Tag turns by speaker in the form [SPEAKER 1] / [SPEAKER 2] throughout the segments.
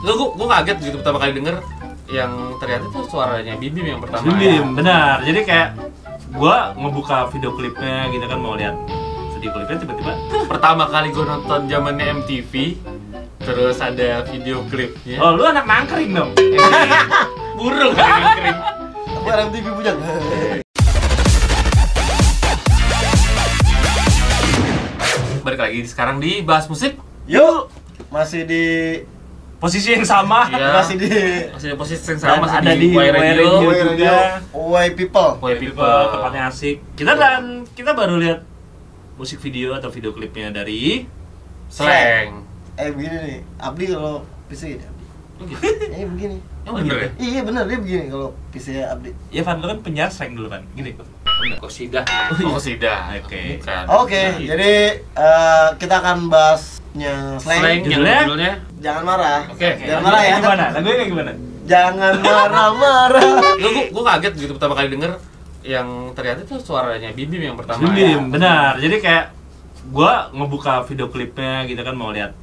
[SPEAKER 1] Lo gue gue kaget gitu pertama kali denger yang ternyata tuh suaranya Bibim yang pertama. ya.
[SPEAKER 2] Bibim.
[SPEAKER 3] benar jadi kayak gua ngebuka video klipnya gitu kan mau lihat video klipnya tiba-tiba
[SPEAKER 1] Ya. Pertama kali gue nonton zamannya MTV terus ada video klipnya.
[SPEAKER 3] oh lu anak mangkring dong
[SPEAKER 1] Burung yang kering.
[SPEAKER 2] Barang TV bujang.
[SPEAKER 1] Balik lagi sekarang di bahas musik.
[SPEAKER 2] Yuk, masih di
[SPEAKER 3] posisi yang sama
[SPEAKER 1] Iya.
[SPEAKER 2] masih di
[SPEAKER 1] Masih di posisi yang
[SPEAKER 3] Dan
[SPEAKER 1] sama masih
[SPEAKER 3] ada
[SPEAKER 1] di,
[SPEAKER 3] di
[SPEAKER 1] Wai
[SPEAKER 3] Wai
[SPEAKER 1] Radio.
[SPEAKER 3] Radio.
[SPEAKER 2] Wai Radio
[SPEAKER 3] juga.
[SPEAKER 2] Wai People.
[SPEAKER 1] Wai
[SPEAKER 3] People,
[SPEAKER 1] People.
[SPEAKER 3] gitu, tempatnya asik kita dan kita baru lihat musik video atau video klipnya dari
[SPEAKER 1] Slang.
[SPEAKER 2] Eh begini nih, Abdi kalau PC gitu.
[SPEAKER 1] Oh gitu.
[SPEAKER 2] Eh begini.
[SPEAKER 1] Yang bener ya?
[SPEAKER 2] Iya bener dia begini kalau PC Abdi.
[SPEAKER 3] ya Van lu kan penyiar slang dulu Van gini
[SPEAKER 4] Kosida.
[SPEAKER 1] Oh sudah.
[SPEAKER 3] Oke.
[SPEAKER 1] Bukan.
[SPEAKER 2] Oke,
[SPEAKER 1] iya.
[SPEAKER 2] jadi eh, kita akan bahasnya
[SPEAKER 1] Slang
[SPEAKER 2] slang.
[SPEAKER 1] yang
[SPEAKER 3] Judulnya?
[SPEAKER 1] judulnya
[SPEAKER 2] Jangan marah.
[SPEAKER 1] Oke.
[SPEAKER 2] Jangan marah ya.
[SPEAKER 3] Lagunya gimana lagunya kayak gimana
[SPEAKER 2] Jangan marah-marah.
[SPEAKER 1] Gue gue kaget gitu pertama kali denger yang ternyata tuh suaranya Bibim yang pertama. ya.
[SPEAKER 3] Bim, benar. Jadi kayak gua ngebuka video klipnya gitu kan mau lihat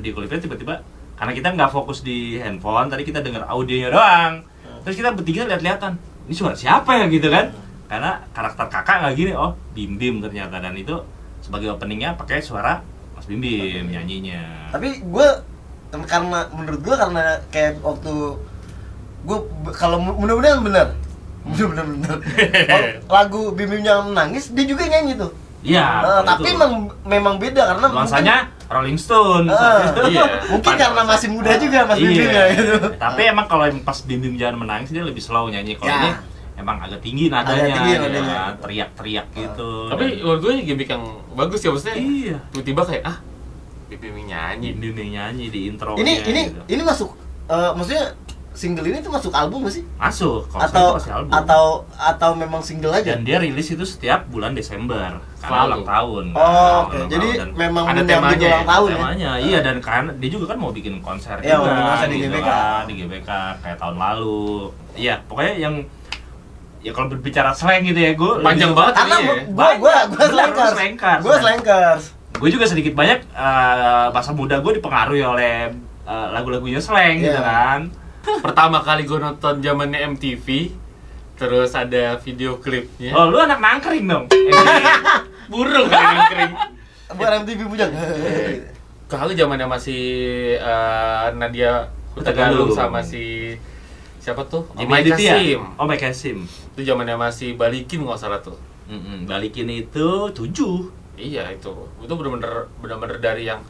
[SPEAKER 3] video klipnya tiba-tiba karena kita nggak fokus di handphone, tadi kita denger audionya doang. Terus kita bertiga lihat-lihatan. Ini suara siapa ya gitu kan? Karena karakter kakak nggak gini, oh Bim Bim ternyata dan itu sebagai openingnya pakai suara Mas Bim Bim nyanyinya.
[SPEAKER 2] tapi gue karena menurut gue karena kayak waktu gue kalau mu- mudah-mudahan bener
[SPEAKER 3] Hmm.
[SPEAKER 2] mudah-mudahan bener Kalau lagu Bim Bim yang menangis dia juga nyanyi tuh
[SPEAKER 3] Iya.
[SPEAKER 2] Eh, tapi
[SPEAKER 3] memang
[SPEAKER 2] memang memang beda karena
[SPEAKER 3] nuansanya Rolling Stone.
[SPEAKER 2] mungkin, Eh,
[SPEAKER 1] Iya.
[SPEAKER 2] mungkin
[SPEAKER 1] Pada-
[SPEAKER 2] karena masih muda juga Mas Bim Bim ya gitu
[SPEAKER 3] Iya. Tapi emang kalau yang pas Bim Bim jangan menangis dia lebih slow nyanyi. Kalau
[SPEAKER 2] Ya.
[SPEAKER 3] ini emang agak tinggi nadanya,
[SPEAKER 2] Agak tinggi
[SPEAKER 3] ya,
[SPEAKER 2] nadanya. Ah.
[SPEAKER 3] teriak-teriak gitu.
[SPEAKER 1] Tapi menurut gue gimmick yang bagus ya maksudnya.
[SPEAKER 3] Iya.
[SPEAKER 1] Tiba-tiba kayak ah Bibim yang nyanyi.
[SPEAKER 3] Bim Bim yang nyanyi di intro.
[SPEAKER 2] ini ini
[SPEAKER 3] gitu.
[SPEAKER 2] ini masuk eh, maksudnya single ini tuh masuk album gak sih
[SPEAKER 3] masuk kalau saya itu
[SPEAKER 2] atau
[SPEAKER 3] masih album.
[SPEAKER 2] atau atau memang single aja
[SPEAKER 3] dan dia rilis itu setiap bulan Desember karena
[SPEAKER 1] Selalu.
[SPEAKER 3] ulang tahun.
[SPEAKER 2] oh oke
[SPEAKER 3] Karena ulang
[SPEAKER 2] jadi
[SPEAKER 3] tahun dan
[SPEAKER 2] memang
[SPEAKER 1] ada
[SPEAKER 2] menyambut
[SPEAKER 1] temanya ya,
[SPEAKER 2] ulang tahun ya
[SPEAKER 3] temanya iya dan karena dia juga kan mau bikin konser juga
[SPEAKER 2] Iya, mau bikin konser di
[SPEAKER 3] gitu
[SPEAKER 2] GBK.
[SPEAKER 3] kan, di GBK kayak tahun lalu. Iya, pokoknya yang ya kalau berbicara slang gitu ya
[SPEAKER 2] Iya,
[SPEAKER 3] gue
[SPEAKER 1] Panjang banget
[SPEAKER 2] karena
[SPEAKER 1] ini. ya. Iya.
[SPEAKER 2] gue gue gue
[SPEAKER 3] Bener, lu
[SPEAKER 2] slankers
[SPEAKER 3] slankers.
[SPEAKER 2] gue slankers
[SPEAKER 3] gue juga sedikit banyak eh, masa muda gue dipengaruhi oleh eh, lagu-lagunya slang gitu
[SPEAKER 2] Iya.
[SPEAKER 3] kan
[SPEAKER 1] Pertama kali gue nonton zamannya MTV terus ada video klipnya.
[SPEAKER 2] Iya.
[SPEAKER 3] oh lu anak mangkring dong
[SPEAKER 1] Burung yang kering.
[SPEAKER 2] buat MTV bujang
[SPEAKER 1] Iya. Kalau zamannya masih eh, Nadia Hutagalung sama
[SPEAKER 3] Hutagalung.
[SPEAKER 1] si siapa tuh?
[SPEAKER 3] Jimmy
[SPEAKER 1] Mike
[SPEAKER 3] Aditya
[SPEAKER 1] Kasim.
[SPEAKER 3] oh Mike Kasim
[SPEAKER 1] Itu zamannya masih balikin nggak salah tuh.
[SPEAKER 3] Mm-mm, balikin itu tujuh
[SPEAKER 1] Iya itu. Itu bener-bener bener-bener dari yang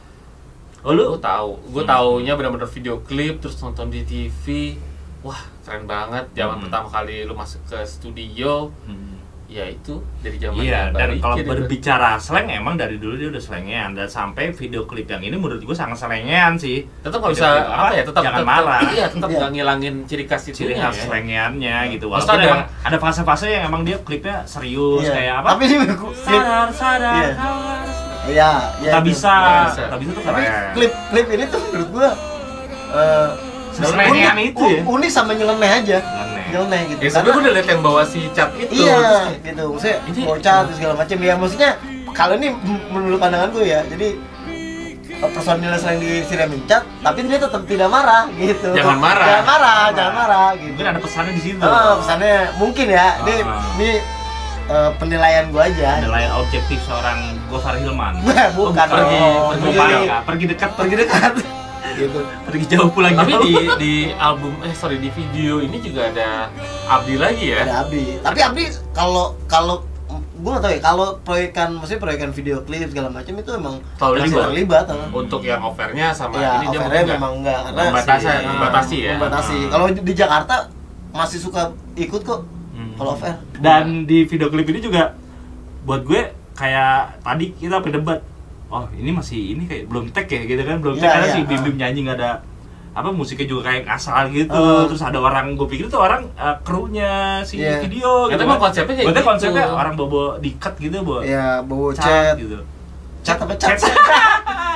[SPEAKER 3] oh
[SPEAKER 1] gue
[SPEAKER 3] lu
[SPEAKER 1] tahu. Gue taunya bener-bener video klip terus nonton di TV. Wah, keren banget. Zaman
[SPEAKER 3] Hmm.
[SPEAKER 1] pertama kali lu masuk ke studio,
[SPEAKER 3] Mm.
[SPEAKER 1] ya itu dari zaman
[SPEAKER 3] Iya, dan
[SPEAKER 1] Balikin
[SPEAKER 3] kalau
[SPEAKER 1] itu.
[SPEAKER 3] berbicara slang emang dari dulu dia udah slangean dan sampai video klip yang ini menurut gue sangat slangean sih.
[SPEAKER 1] tetap nggak
[SPEAKER 3] Video
[SPEAKER 1] bisa
[SPEAKER 3] klip
[SPEAKER 1] apa ya tetap
[SPEAKER 3] jangan
[SPEAKER 1] tetap,
[SPEAKER 3] marah.
[SPEAKER 1] iya tetap
[SPEAKER 2] Iya.
[SPEAKER 1] nggak ngilangin ciri khas itu Iya.
[SPEAKER 3] Ciri
[SPEAKER 2] ya.
[SPEAKER 3] khas slangeannya gitu.
[SPEAKER 1] Terus
[SPEAKER 3] Walaupun
[SPEAKER 1] ada-
[SPEAKER 3] emang ada fase-fase yang emang dia klipnya serius
[SPEAKER 2] Iya.
[SPEAKER 3] kayak apa?
[SPEAKER 2] tapi ini ku- klip
[SPEAKER 3] sadar, sadar,
[SPEAKER 2] Iya.
[SPEAKER 3] kau harus
[SPEAKER 2] iya iya
[SPEAKER 3] tak
[SPEAKER 2] itu.
[SPEAKER 3] bisa,
[SPEAKER 1] Nggak bisa.
[SPEAKER 3] tak bisa tuh
[SPEAKER 2] tapi
[SPEAKER 3] keren.
[SPEAKER 2] klip klip ini tuh menurut gua eh,
[SPEAKER 3] Seslengean itu ya.
[SPEAKER 2] u- unik sama nyeleneh aja
[SPEAKER 3] Nyeleneh.
[SPEAKER 2] nyeleneh
[SPEAKER 1] ya
[SPEAKER 2] gitu Karena-
[SPEAKER 1] sebelum gue udah liat yang bawa si cat itu
[SPEAKER 2] iya
[SPEAKER 1] terus kayak,
[SPEAKER 2] gitu maksudnya
[SPEAKER 1] Ini-
[SPEAKER 2] bocah dan segala macam ya maksudnya kalau ini m- menurut pandangan gua ya jadi eh, personilnya sering disiramin cat tapi dia tetap tidak marah gitu
[SPEAKER 1] Jangan marah.
[SPEAKER 2] jangan marah jangan marah gitu
[SPEAKER 3] Mungkin ada pesannya di situ.
[SPEAKER 2] Oh, pesannya mungkin ya. Ini
[SPEAKER 3] Ah.
[SPEAKER 2] ini eh, penilaian gua aja.
[SPEAKER 3] Penilaian objektif seorang Gofar Hilman.
[SPEAKER 2] Bukan, bukan.
[SPEAKER 1] pergi,
[SPEAKER 2] Oh,
[SPEAKER 3] Pergi
[SPEAKER 1] pergi
[SPEAKER 3] paling
[SPEAKER 1] jauh.
[SPEAKER 3] nggak? pergi dekat, pergi
[SPEAKER 2] pergi dekat. gitu.
[SPEAKER 3] pergi jauh gitu. pulang
[SPEAKER 1] tapi
[SPEAKER 3] jauh.
[SPEAKER 1] di di album eh sorry di video ini juga ada Abdi lagi ya
[SPEAKER 2] Ada Abdi. Tapi Abdi kalau kalau gua nggak tahu ya kalau proyekan maksudnya proyekan video klip segala macam itu emang
[SPEAKER 1] Selalu
[SPEAKER 2] masih
[SPEAKER 1] terlibat.
[SPEAKER 2] terlibat heeh.
[SPEAKER 1] untuk yang offernya Oh, sama
[SPEAKER 2] ya,
[SPEAKER 1] ini dia
[SPEAKER 2] offernya
[SPEAKER 1] mungkin
[SPEAKER 2] memang enggak karena
[SPEAKER 1] membatasi,
[SPEAKER 2] sih, eh,
[SPEAKER 1] membatasi ya.
[SPEAKER 2] membatasi.
[SPEAKER 3] Hmm.
[SPEAKER 2] Kalau di Jakarta masih suka ikut kok
[SPEAKER 3] Hmm.
[SPEAKER 2] kalau offer.
[SPEAKER 3] Dan di video klip ini juga buat gue kayak tadi kita berdebat. Oh, ini masih ini kayak belum tag ya gitu kan, belum tag
[SPEAKER 2] Iya,
[SPEAKER 3] karena
[SPEAKER 2] iya,
[SPEAKER 3] si Bim
[SPEAKER 2] ah.
[SPEAKER 3] Bim nyanyi nggak ada apa musiknya juga kayak asal gitu.
[SPEAKER 2] Ah.
[SPEAKER 3] Terus ada orang gue pikir tuh orang eh, krunya si
[SPEAKER 2] Iya.
[SPEAKER 3] video
[SPEAKER 1] Ya,
[SPEAKER 3] gitu.
[SPEAKER 1] tapi
[SPEAKER 3] kan.
[SPEAKER 1] konsepnya kayak
[SPEAKER 3] Berarti
[SPEAKER 1] gitu.
[SPEAKER 3] konsepnya orang bobo dikat gitu, bobo
[SPEAKER 2] Ya, bawa
[SPEAKER 3] cat
[SPEAKER 2] chat.
[SPEAKER 3] gitu.
[SPEAKER 2] Chat apa chat?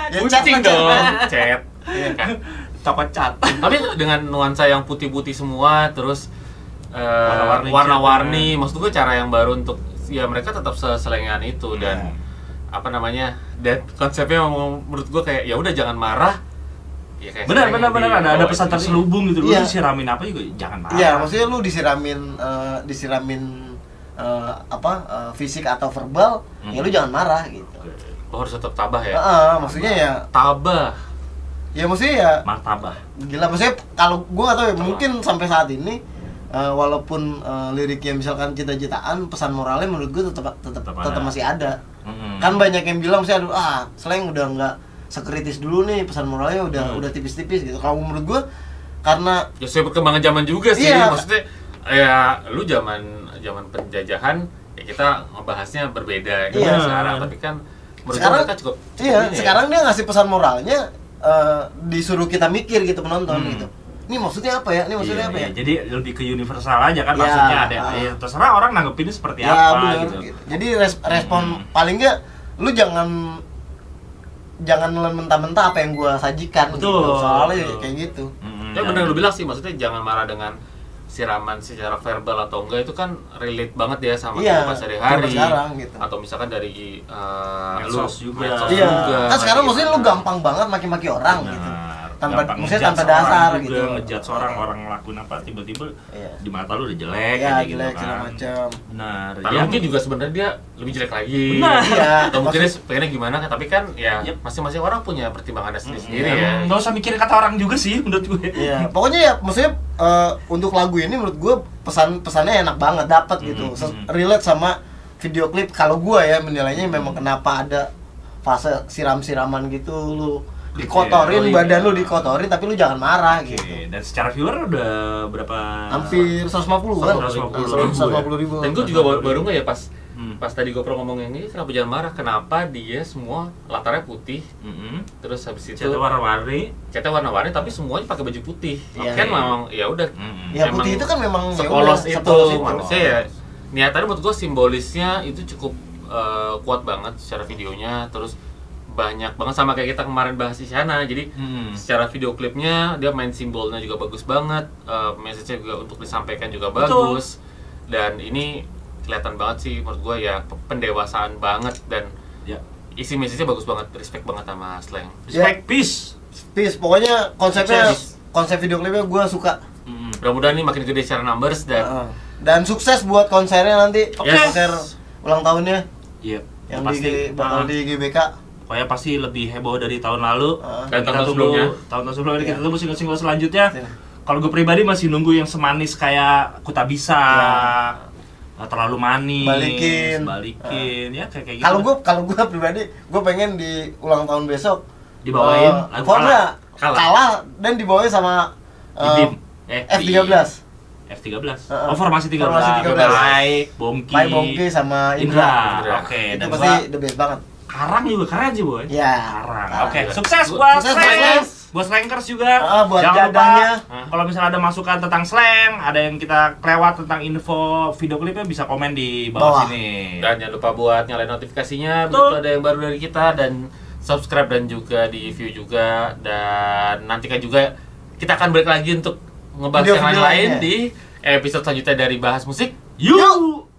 [SPEAKER 2] Ya, chat
[SPEAKER 1] kucing
[SPEAKER 2] lah, chat.
[SPEAKER 1] dong chat
[SPEAKER 3] Toko cat.
[SPEAKER 1] tapi dengan nuansa yang putih-putih semua terus eh,
[SPEAKER 3] Warna-warni gitu ya.
[SPEAKER 1] warna-warni maksud gue cara yang baru untuk ya mereka tetap seselengan itu dan
[SPEAKER 3] Hmm.
[SPEAKER 1] apa namanya dan konsepnya memang menurut gue kayak ya udah jangan marah ya kayak
[SPEAKER 3] benar
[SPEAKER 1] sering
[SPEAKER 3] benar
[SPEAKER 1] yang
[SPEAKER 3] benar
[SPEAKER 2] gitu.
[SPEAKER 3] ada ada
[SPEAKER 1] dibawain
[SPEAKER 3] pesan
[SPEAKER 1] ini.
[SPEAKER 3] terselubung gitu
[SPEAKER 2] Oh, Iya.
[SPEAKER 3] lu siramin apa juga jangan marah
[SPEAKER 2] Iya, maksudnya lu disiramin eh, disiramin eh, apa eh, fisik atau verbal, ya lu jangan marah gitu.
[SPEAKER 3] Oke.
[SPEAKER 1] Lo harus tetap tabah
[SPEAKER 3] Iya.
[SPEAKER 1] ya.
[SPEAKER 2] Heeh, maksudnya ya
[SPEAKER 1] Tabah.
[SPEAKER 2] ya maksudnya ya
[SPEAKER 3] martabah
[SPEAKER 2] gila maksudnya kalau gua gak tahu ya mungkin sampai saat ini eh, walaupun eh, liriknya misalkan cita-citaan pesan moralnya menurut gua tetap tetap
[SPEAKER 3] Tetap
[SPEAKER 2] tetap,
[SPEAKER 3] ada.
[SPEAKER 2] masih ada.
[SPEAKER 3] Mm-mm.
[SPEAKER 2] Kan banyak yang bilang sih aduh ah slang udah nggak sekritis dulu nih pesan moralnya udah udah tipis-tipis gitu. Kalau menurut gua karena
[SPEAKER 1] Ya sesuai perkembangan zaman juga sih.
[SPEAKER 2] Iya.
[SPEAKER 1] Maksudnya ya lu zaman zaman penjajahan ya kita ngebahasnya berbeda gitu
[SPEAKER 2] Iya.
[SPEAKER 1] sekarang tapi kan menurut gua
[SPEAKER 2] Sekarang-
[SPEAKER 1] mereka cukup
[SPEAKER 2] Iya,
[SPEAKER 1] ini ya.
[SPEAKER 2] sekarang dia ngasih pesan moralnya eh, disuruh kita mikir gitu penonton
[SPEAKER 3] Hmm.
[SPEAKER 2] gitu. Ini maksudnya apa ya? Ini
[SPEAKER 3] Iya,
[SPEAKER 2] maksudnya apa
[SPEAKER 3] iya.
[SPEAKER 2] ya?
[SPEAKER 3] Jadi lebih ke universal aja kan
[SPEAKER 2] Iya,
[SPEAKER 3] maksudnya ada
[SPEAKER 2] ah.
[SPEAKER 3] ya, terserah orang nanggepinnya seperti
[SPEAKER 2] Ya,
[SPEAKER 3] apa
[SPEAKER 2] bener,
[SPEAKER 3] gitu. Hmm.
[SPEAKER 2] gitu. Jadi res- respon paling enggak lu jangan jangan nelen mentah-mentah apa yang gua sajikan
[SPEAKER 3] Betul,
[SPEAKER 2] gitu. Soalnya
[SPEAKER 3] betul.
[SPEAKER 2] kayak gitu.
[SPEAKER 3] Mm-mm.
[SPEAKER 1] Ya benar lu bilang sih maksudnya jangan marah dengan siraman secara verbal atau enggak itu kan relate banget ya sama
[SPEAKER 2] Iya,
[SPEAKER 1] kehidupan sehari-hari
[SPEAKER 2] kehidupan sekarang gitu.
[SPEAKER 1] atau misalkan dari eh,
[SPEAKER 3] Medsos juga.
[SPEAKER 1] medsos
[SPEAKER 2] Iya.
[SPEAKER 1] juga. gitu.
[SPEAKER 2] Kan sekarang maksudnya lu gampang banget maki-maki orang gitu.
[SPEAKER 3] Benar.
[SPEAKER 2] Tanpa
[SPEAKER 3] Gampang
[SPEAKER 2] maksudnya
[SPEAKER 3] ngejudge
[SPEAKER 2] tanpa
[SPEAKER 3] orang
[SPEAKER 2] dasar
[SPEAKER 3] juga,
[SPEAKER 2] gitu.
[SPEAKER 3] ngejudge orang orang ngelakuin apa tiba-tiba
[SPEAKER 2] Iya.
[SPEAKER 3] di mata lu udah jelek
[SPEAKER 2] Iya,
[SPEAKER 3] aja
[SPEAKER 2] jelek,
[SPEAKER 3] gitu
[SPEAKER 2] segala
[SPEAKER 3] kan.
[SPEAKER 2] macam.
[SPEAKER 3] Benar.
[SPEAKER 1] Tapi
[SPEAKER 3] Ya,
[SPEAKER 1] mungkin juga sebenarnya dia lebih jelek lagi.
[SPEAKER 3] Benar.
[SPEAKER 2] Iya.
[SPEAKER 1] Atau mungkin dia pengennya gimana kan tapi kan ya
[SPEAKER 3] Yep.
[SPEAKER 1] masing-masing orang punya pertimbangannya sendiri-sendiri
[SPEAKER 3] Iya,
[SPEAKER 1] ya.
[SPEAKER 3] nggak usah mikirin kata orang juga sih menurut gue.
[SPEAKER 2] Iya, pokoknya ya maksudnya eh, untuk lagu ini menurut gue pesan pesannya enak banget dapat
[SPEAKER 1] Hmm,
[SPEAKER 2] gitu.
[SPEAKER 3] Mhm.
[SPEAKER 2] Ses- Relate sama video klip kalau gue ya menilainya
[SPEAKER 1] Hmm.
[SPEAKER 2] memang kenapa ada fase siram-siraman gitu lu
[SPEAKER 3] Oke,
[SPEAKER 2] dikotorin
[SPEAKER 3] oh iya.
[SPEAKER 2] badan lu dikotorin tapi lu jangan marah
[SPEAKER 3] Oke,
[SPEAKER 2] gitu.
[SPEAKER 3] dan secara viewer udah berapa?
[SPEAKER 2] Hampir 150 kan?
[SPEAKER 3] 150.
[SPEAKER 2] 150 ribu.
[SPEAKER 1] Dan gue juga baru, baru nggak ya pas
[SPEAKER 3] Hmm.
[SPEAKER 1] pas tadi GoPro ngomong yang ini kenapa jangan marah kenapa dia semua latarnya putih
[SPEAKER 3] Mm-mm.
[SPEAKER 1] terus habis itu
[SPEAKER 3] Cetak warna-warni.
[SPEAKER 1] catnya warna-warni tapi semuanya pakai baju putih.
[SPEAKER 2] Iya.
[SPEAKER 1] Kan memang ya udah
[SPEAKER 3] Mm-mm.
[SPEAKER 2] Ya
[SPEAKER 1] Emang
[SPEAKER 2] putih itu kan memang ya
[SPEAKER 1] sepolos
[SPEAKER 2] udah,
[SPEAKER 1] itu,
[SPEAKER 2] sepolos itu.
[SPEAKER 1] manusia ya niatannya menurut gue simbolisnya itu cukup eh, kuat banget secara videonya terus banyak banget sama kayak kita kemarin bahas di sana jadi
[SPEAKER 3] Hmm.
[SPEAKER 1] secara video klipnya dia main simbolnya juga bagus banget eh, message-nya juga untuk disampaikan juga
[SPEAKER 3] Betul.
[SPEAKER 1] bagus dan ini kelihatan banget sih menurut gue ya pe- pendewasaan banget dan
[SPEAKER 3] Ya.
[SPEAKER 1] isi message-nya bagus banget respect banget sama slang
[SPEAKER 2] Ya.
[SPEAKER 3] Respect peace.
[SPEAKER 2] Peace, pokoknya konsepnya
[SPEAKER 1] Sukses.
[SPEAKER 2] konsep video klipnya gue suka.
[SPEAKER 3] Mm-mm.
[SPEAKER 2] Hmm.
[SPEAKER 1] mudah-mudahan ini makin gede secara numbers dan
[SPEAKER 2] Heeh. Dan sukses buat konsernya nanti.
[SPEAKER 1] Oke.
[SPEAKER 2] Konser ulang tahunnya
[SPEAKER 3] Iya.
[SPEAKER 2] yang
[SPEAKER 3] pasti,
[SPEAKER 2] di bakal
[SPEAKER 3] ah,
[SPEAKER 2] di GBK.
[SPEAKER 3] pokoknya pasti lebih heboh dari tahun lalu.
[SPEAKER 2] Ah.
[SPEAKER 1] Dan
[SPEAKER 3] Kita
[SPEAKER 1] tahun
[SPEAKER 3] tunggu-
[SPEAKER 1] sebelumnya.
[SPEAKER 3] Tahun-tahun sebelumnya
[SPEAKER 2] Iya.
[SPEAKER 3] kita tunggu single-single selanjutnya.
[SPEAKER 2] Iya.
[SPEAKER 3] Kalau gue pribadi masih nunggu yang semanis kayak Kutabisa. Nggak terlalu manis.
[SPEAKER 2] Iya. Balikin. Ah.
[SPEAKER 3] Balikin. Ya kayak kayak gitu.
[SPEAKER 2] kalau gue kalau gue pribadi gue pengen di ulang tahun besok
[SPEAKER 3] Dibawain
[SPEAKER 2] eh,
[SPEAKER 3] lagu
[SPEAKER 2] Fonda
[SPEAKER 1] Kalah.
[SPEAKER 2] kalah.
[SPEAKER 1] Kalah.
[SPEAKER 2] dan dibawain sama
[SPEAKER 3] Idim.
[SPEAKER 2] eh, F13
[SPEAKER 3] F13.
[SPEAKER 2] Heeh.
[SPEAKER 3] Oh, formasi 13.
[SPEAKER 2] Ah, Formasi 13.
[SPEAKER 3] Baik, Bongki.
[SPEAKER 2] Pai Bongki sama Indra,
[SPEAKER 3] Indra.
[SPEAKER 1] Indra.
[SPEAKER 3] Oke,
[SPEAKER 2] itu
[SPEAKER 3] dan
[SPEAKER 2] pasti
[SPEAKER 3] gua-
[SPEAKER 2] the best banget
[SPEAKER 3] Karang juga keren sih boy.
[SPEAKER 2] Iya.
[SPEAKER 3] Karang.
[SPEAKER 2] Karang.
[SPEAKER 3] Oke.
[SPEAKER 1] Iya.
[SPEAKER 3] Sukses
[SPEAKER 1] Bu-
[SPEAKER 3] buat
[SPEAKER 2] sukses,
[SPEAKER 3] Slank.
[SPEAKER 2] sukses.
[SPEAKER 3] Buat Slankers juga.
[SPEAKER 2] Ah, buat
[SPEAKER 3] Jangan
[SPEAKER 2] jadanya.
[SPEAKER 3] lupa kalau misalnya ada masukan tentang slang, ada yang kita kelewat tentang info video klipnya bisa komen di bawah,
[SPEAKER 2] Bawah.
[SPEAKER 3] sini.
[SPEAKER 1] Dan jangan lupa buat nyalain notifikasinya
[SPEAKER 3] Betul.
[SPEAKER 1] begitu ada yang baru dari kita dan subscribe dan juga di view juga dan nantikan juga kita akan balik lagi untuk ngebahas yang
[SPEAKER 2] Video-video
[SPEAKER 1] lain-lain
[SPEAKER 2] lainnya.
[SPEAKER 1] di episode selanjutnya dari bahas musik
[SPEAKER 3] Yuk.